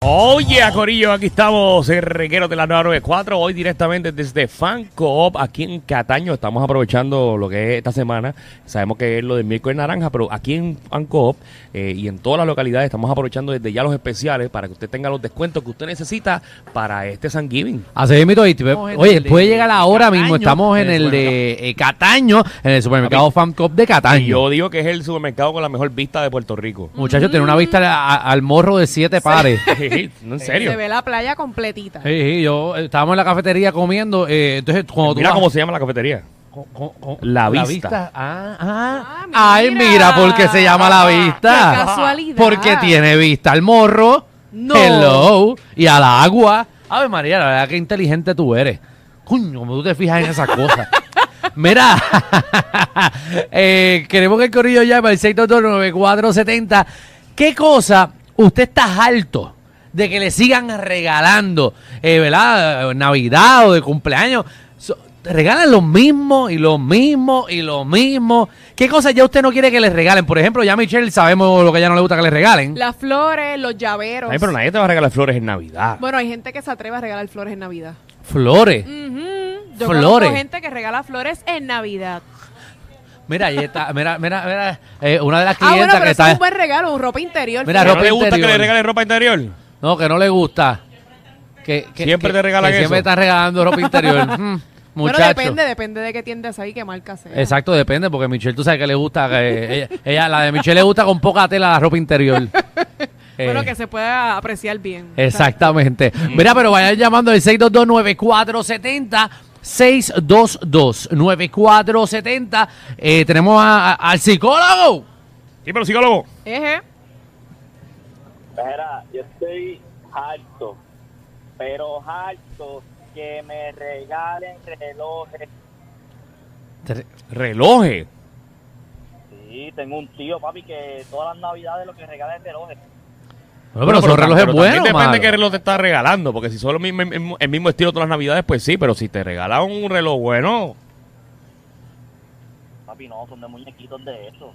Oye, Corillo, aquí estamos, el reguero de la 994, hoy directamente desde Fan Coop, aquí en Cataño. Estamos aprovechando lo que es esta semana. Sabemos que es lo del miércoles naranja, pero aquí en Fan Coop eh, y en todas las localidades estamos aprovechando desde ya los especiales para que usted tenga los descuentos que usted necesita para este San Giving. Así es, mito. y te- Estamos en Oye, el de puede llegar ahora Cataño. mismo. Estamos en el de eh, Cataño, en el supermercado Fan Cop de Y yo Cataño. digo que es el supermercado con la mejor vista de Puerto Rico. Muchachos, tiene una Mm. vista a- a- al morro de siete pares. Sí, no, en serio. Se ve la playa completita. Sí, sí, yo eh, estábamos en la cafetería comiendo. eh, entonces, cuando tú Mira vas- cómo se llama la cafetería. con- con- con- La vista. Ah, ah. Ah, Ay, mira. mira, porque se llama la vista. Qué casualidad. Porque tiene vista al morro, No. hello, y al agua. Ave María, la verdad que inteligente tú eres. Coño, tú te fijas en esas cosas. Mira, eh, queremos que el corrillo llame al 6229470. ¿Qué cosa usted está alto de que le sigan regalando, eh, ¿verdad? Navidad o de cumpleaños. So- te regalan lo mismo y lo mismo y lo mismo. ¿Qué cosas ya usted no quiere que les regalen? Por ejemplo, ya Michelle sabemos lo que ya no le gusta que le regalen. Las flores, los llaveros. Ay, Eh, pero nadie te va a regalar flores en Navidad. Bueno, hay gente que se atreve a regalar flores en Navidad. Flores. Yo Flores. conozco gente que regala flores en Navidad. Mira, ahí está. Mira, mira, mira. eh, una de las Ah, clientas bueno, pero que eso es está. un buen regalo, un ropa interior. Mira, ¿No fíjate. ropa le gusta que interior. le regalen ropa interior? No, que no le gusta. Que, que- Siempre que- te regalan que Siempre eso. está regalando ropa interior. Mm, Bueno, muchacho. depende, depende de qué tiendas hay, qué marca sea. Exacto, depende, porque Michelle, tú sabes que le gusta. que ella, ella- la de Michelle le gusta con poca tela la ropa interior. Bueno, Eh, que se pueda apreciar bien. Exactamente. Mm. Mira, pero vayan llamando al 622-9470. 622-9470. Eh, tenemos a- a- al psicólogo. Sí, pero psicólogo. Eje. Espera, yo estoy harto, pero harto que me regalen relojes. Relojes. Sí, tengo un tío, papi, que todas las navidades lo que regala es relojes. Bueno, pero son relojes pero también buenos, depende mano. de qué reloj te está regalando, porque si son los mismo- el mismo, el mismo estilo todas las navidades, pues sí, pero si te regalan un reloj bueno... Papi, no, son de muñequitos de eso.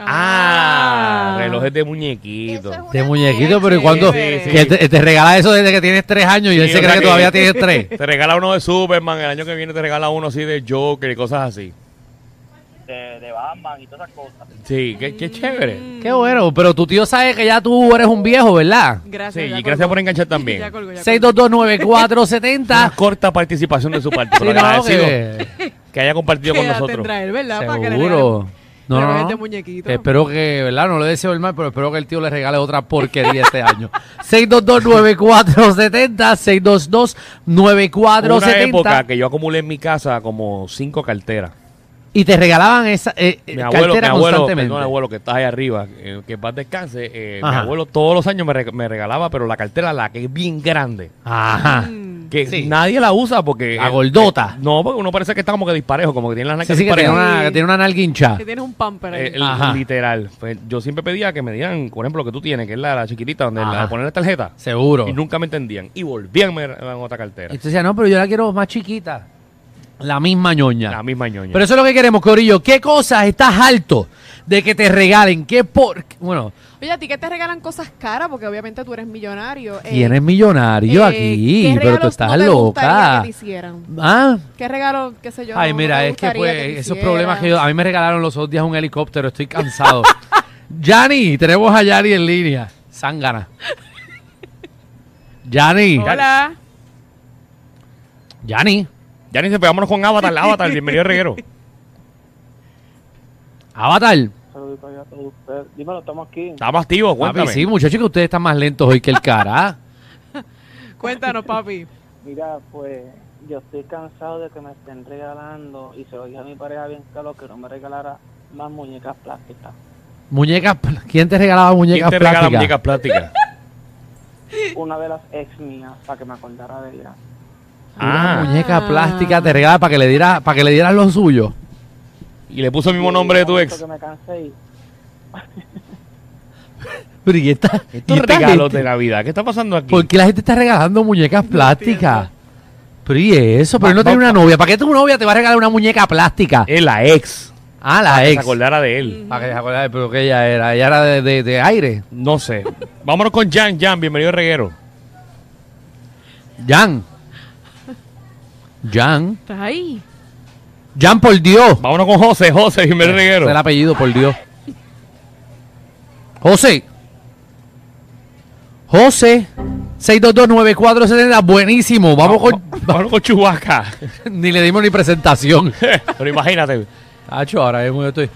Ah, relojes de Eso muñequito. es un- Ah. De muñequito, pero ¿y Sí, cuándo? sí, que sí. Te, te regala eso desde que tienes tres años y él Sí, se o cree sea que que- todavía tienes tres. Te regala uno de Superman, el año que viene te regala uno así de Joker y cosas así. De, de Batman y todas esas cosas. Sí, qué, qué chévere. Qué bueno, pero tu tío sabe que ya tú eres un viejo, ¿verdad? Sí, Gracias. ya y colgó. gracias por enganchar también. Ya colgó, ya colgó. 6229470. Una corta participación de su parte, Sí, pero no, agradecido que- que haya compartido ¿Qué con edad nosotros. tendrá él, verdad? Para que le Seguro. regalen No, no, relojes no. de muñequito. Espero que, ¿verdad? No le deseo el mal, pero espero que el tío le regale otra porquería este año. 6229470, Una 6229470. época que yo acumulé en mi casa como cinco carteras. Y te regalaban esa eh, eh, mi abuelo, mi cartera abuelo, constantemente. perdón, abuelo que está ahí arriba, eh, que en paz descanse, eh, mi Ajá. abuelo todos los años me, reg- me regalaba, pero la cartera, la que es bien grande, Ajá. que Sí. nadie la usa porque... La gordota. eh, no, porque uno parece que está como que disparejo, como que tiene las Sí, nalgas sí, que tiene disparejas. una, que tiene una nalguincha. Que tienes un pamper ahí. Eh, el- Ajá. literal. Pues, yo siempre pedía que me dieran, por ejemplo, lo que tú tienes, que es la, la chiquitita, donde Ajá. la de poner la tarjeta. Seguro. Y nunca me entendían. Y volvían me regalaban otra cartera. Y tú decías, no, pero yo la quiero más chiquita. La misma ñoña. La misma ñoña. Pero eso es lo que queremos, Corillo. ¿Qué cosas estás alto de que te regalen? ¿Qué por...? Bueno, Oye, a ti que te regalan cosas caras, porque obviamente tú eres millonario. eh, tienes millonario eh, aquí, ¿qué pero tú regalos estás no te gustaría loca. Que te hicieran? Ah, ¿Qué regalo, qué sé yo? Ay, no mira, te es que gustaría pues, te esos hicieran? problemas que yo. A mí me regalaron los otros días un helicóptero, estoy cansado. Yanni, tenemos a Yanni en línea. Zángana. Yanni. Hola. Yanni, Ya ni se pegámonos con Avatar, Avatar, bienvenido al reguero. Avatar. Saludito allá a todos ustedes. Dímelo, estamos aquí. Estamos activos, cuéntame. Papi, sí, muchachos, que ustedes están más lentos hoy que el cara. ¿ah? Cuéntanos, papi. Mira, pues yo estoy cansado de que me estén regalando y se lo dije a mi pareja bien claro que no me regalara más muñecas plásticas. muñecas, pl- ¿quién te regalaba ¿Quién muñecas te regala plásticas? muñecas plásticas? Una de las ex mías, para que me acordara de ella. Una ah, muñeca Ah. plástica te regalaba para que le dieras para que le dieras lo suyo. y le puso el mismo nombre de tu Y ex. tanto que me cansé y Pero ¿y esta- Estos y esta regalos gente? de Navidad, ¿qué está pasando aquí? este. ¿Por qué la gente está regalando muñecas plásticas? Pero y eso, pero Va- no tiene va- una novia. ¿Para qué tu novia te va a regalar una muñeca plástica? Es la ex. Ah, la Que Se ex. acordara de él. Para que se acordara, pero que ella era, ella era de, de- de aire. Mm. No sé. Vámonos con Jan, Jan, bienvenido al reguero. Jan. Jan. ¿Estás ahí? Jan, por Dios. Vámonos con José, José, bienvenido al Es reguero. el apellido, por Dios. José. José. 6229470. Buenísimo. Vamos con. Vámonos con Chubaca. ni le dimos ni presentación. Pero imagínate. Hacho, ahora mismo yo estoy.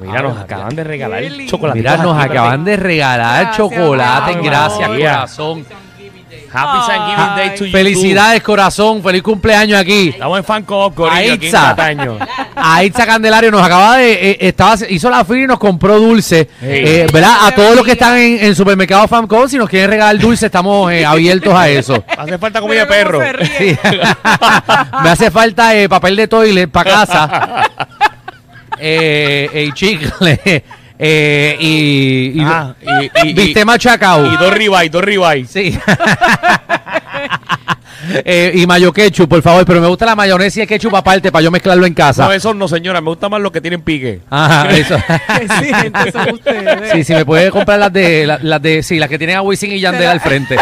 Mira, nos Ave acaban de regalar Qué lindo. chocolate. Mira, nos acaban de regalar Gracias, chocolate. Ave Gracias, María. corazón. Happy Thanksgiving Day to you. Felicidades, corazón. Feliz cumpleaños aquí. Estamos en Fan Coop, Corillo, aquí en Aitza. Cataño. A Itza Candelario nos acaba de. eh, estaba, hizo la fila y nos compró dulce. Sí. Eh, ¿Verdad? A todos los que están en, en supermercado Famcom, si nos quieren regalar dulce, estamos eh, abiertos a eso. Hace falta comida de Mira cómo perro. se ríe. Sí. Me hace falta eh, papel de toilet para casa. Eh, eh, y chicle. Eh, y. y Ah, y, y, y- viste machacao. y dos ribay, dos ribay. Sí. Eh, y mayo ketchup, por favor. Pero me gusta la mayonesa y el ketchup aparte para yo mezclarlo en casa. No, eso no, señora. Me gusta más los que tienen pique. Ajá, Ah, eso. Qué exigentes son ustedes. Sí, sí, me puede comprar las de, la- las de, sí, las que tienen a Wisin y Yandel al frente.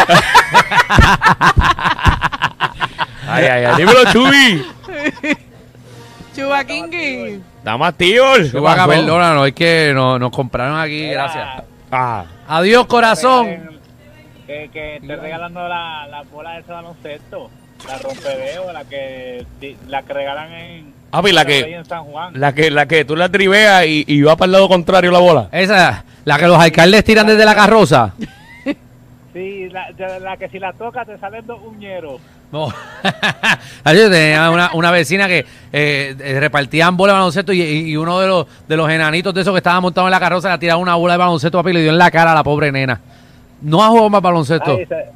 Ay, ay, ay. Dímelo, Chuy. Chuba Kingi. Dame tíos. Yo voy a perdona, no, es que no- nos compraron aquí, gracias. Ah. Adiós, corazón. Que, que esté regalando la, la bola de ese baloncesto, la rompedeo, la que, la que regalan en, Ah, pues, la que- en San Juan. La que, la que tú la triveas y, y va para el lado contrario la bola. Esa, la que los alcaldes tiran desde la carroza. Sí, la, de la que si la tocas te salen dos uñeros. No. Ay, Yo tenía una, una vecina que eh, eh, repartían bola de baloncesto y, y- y uno de los, de los enanitos de esos que estaba montado en la carroza le tiraba una bola de baloncesto papi, y le dio en la cara a la pobre nena. No ha jugado más baloncesto. Ay, se-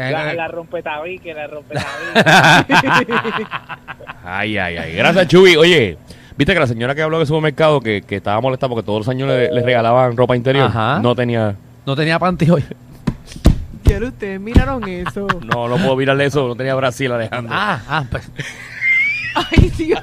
Eh, la, eh, la rompetabique, la rompetabique. Ay, ay, ay. Gracias, Chuy. Oye, viste que la señora que habló del supermercado que, que estaba molesta porque todos los años le, le regalaban ropa interior. Ajá. No tenía. No tenía panty hoy. Ya lo- ustedes miraron eso. No, no puedo mirarle eso. No tenía Brasil, Alejandro. Ah, ah, pues, Ay, Dios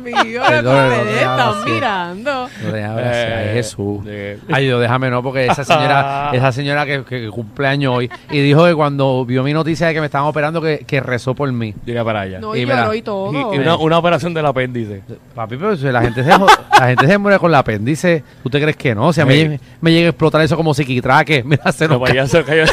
mío. Perdón, no no, me no, están no, sí. mirando. no tenía brazo. Ay, Eh, Jesús. eh. Ay, Dios, déjame no, porque esa señora, esa señora que, que- que cumple años hoy y dijo que cuando vio mi noticia de que me estaban operando que, que rezó por mí. Llega para allá. No, Y y mira, lloró y Y- todo. y una, una operación del apéndice. Papi, pero si la gente se jo- la gente se muere con la apéndice. ¿Tú te crees que no? O sea, me, Sí. llega- me llega a explotar eso como psiquitraque. Mira, se No, nos para allá se cayó. ca-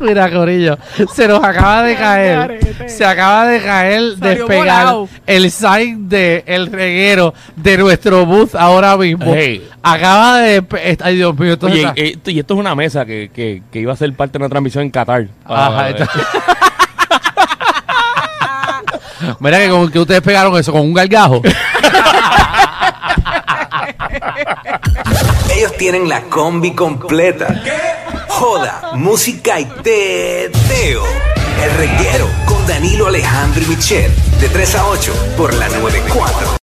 Mira, Corillo. Se nos acaba de Qué caer. garete. Se acaba de caer, Salió despegar volado. el sign de el reguero de nuestro booth ahora mismo. Hey. Acaba de despe- Ay, Dios mío, esto Oye, está- eh, esto- y esto es una mesa que, que, que iba a ser parte de una transmisión en Qatar. Ajá, Ah, está- Mira que con que ustedes pegaron eso con un gargajo. Ellos tienen la combi completa. Joda, música y teo. El reguero con Danilo Alejandro y Michel. De 3 a 8 por la 94.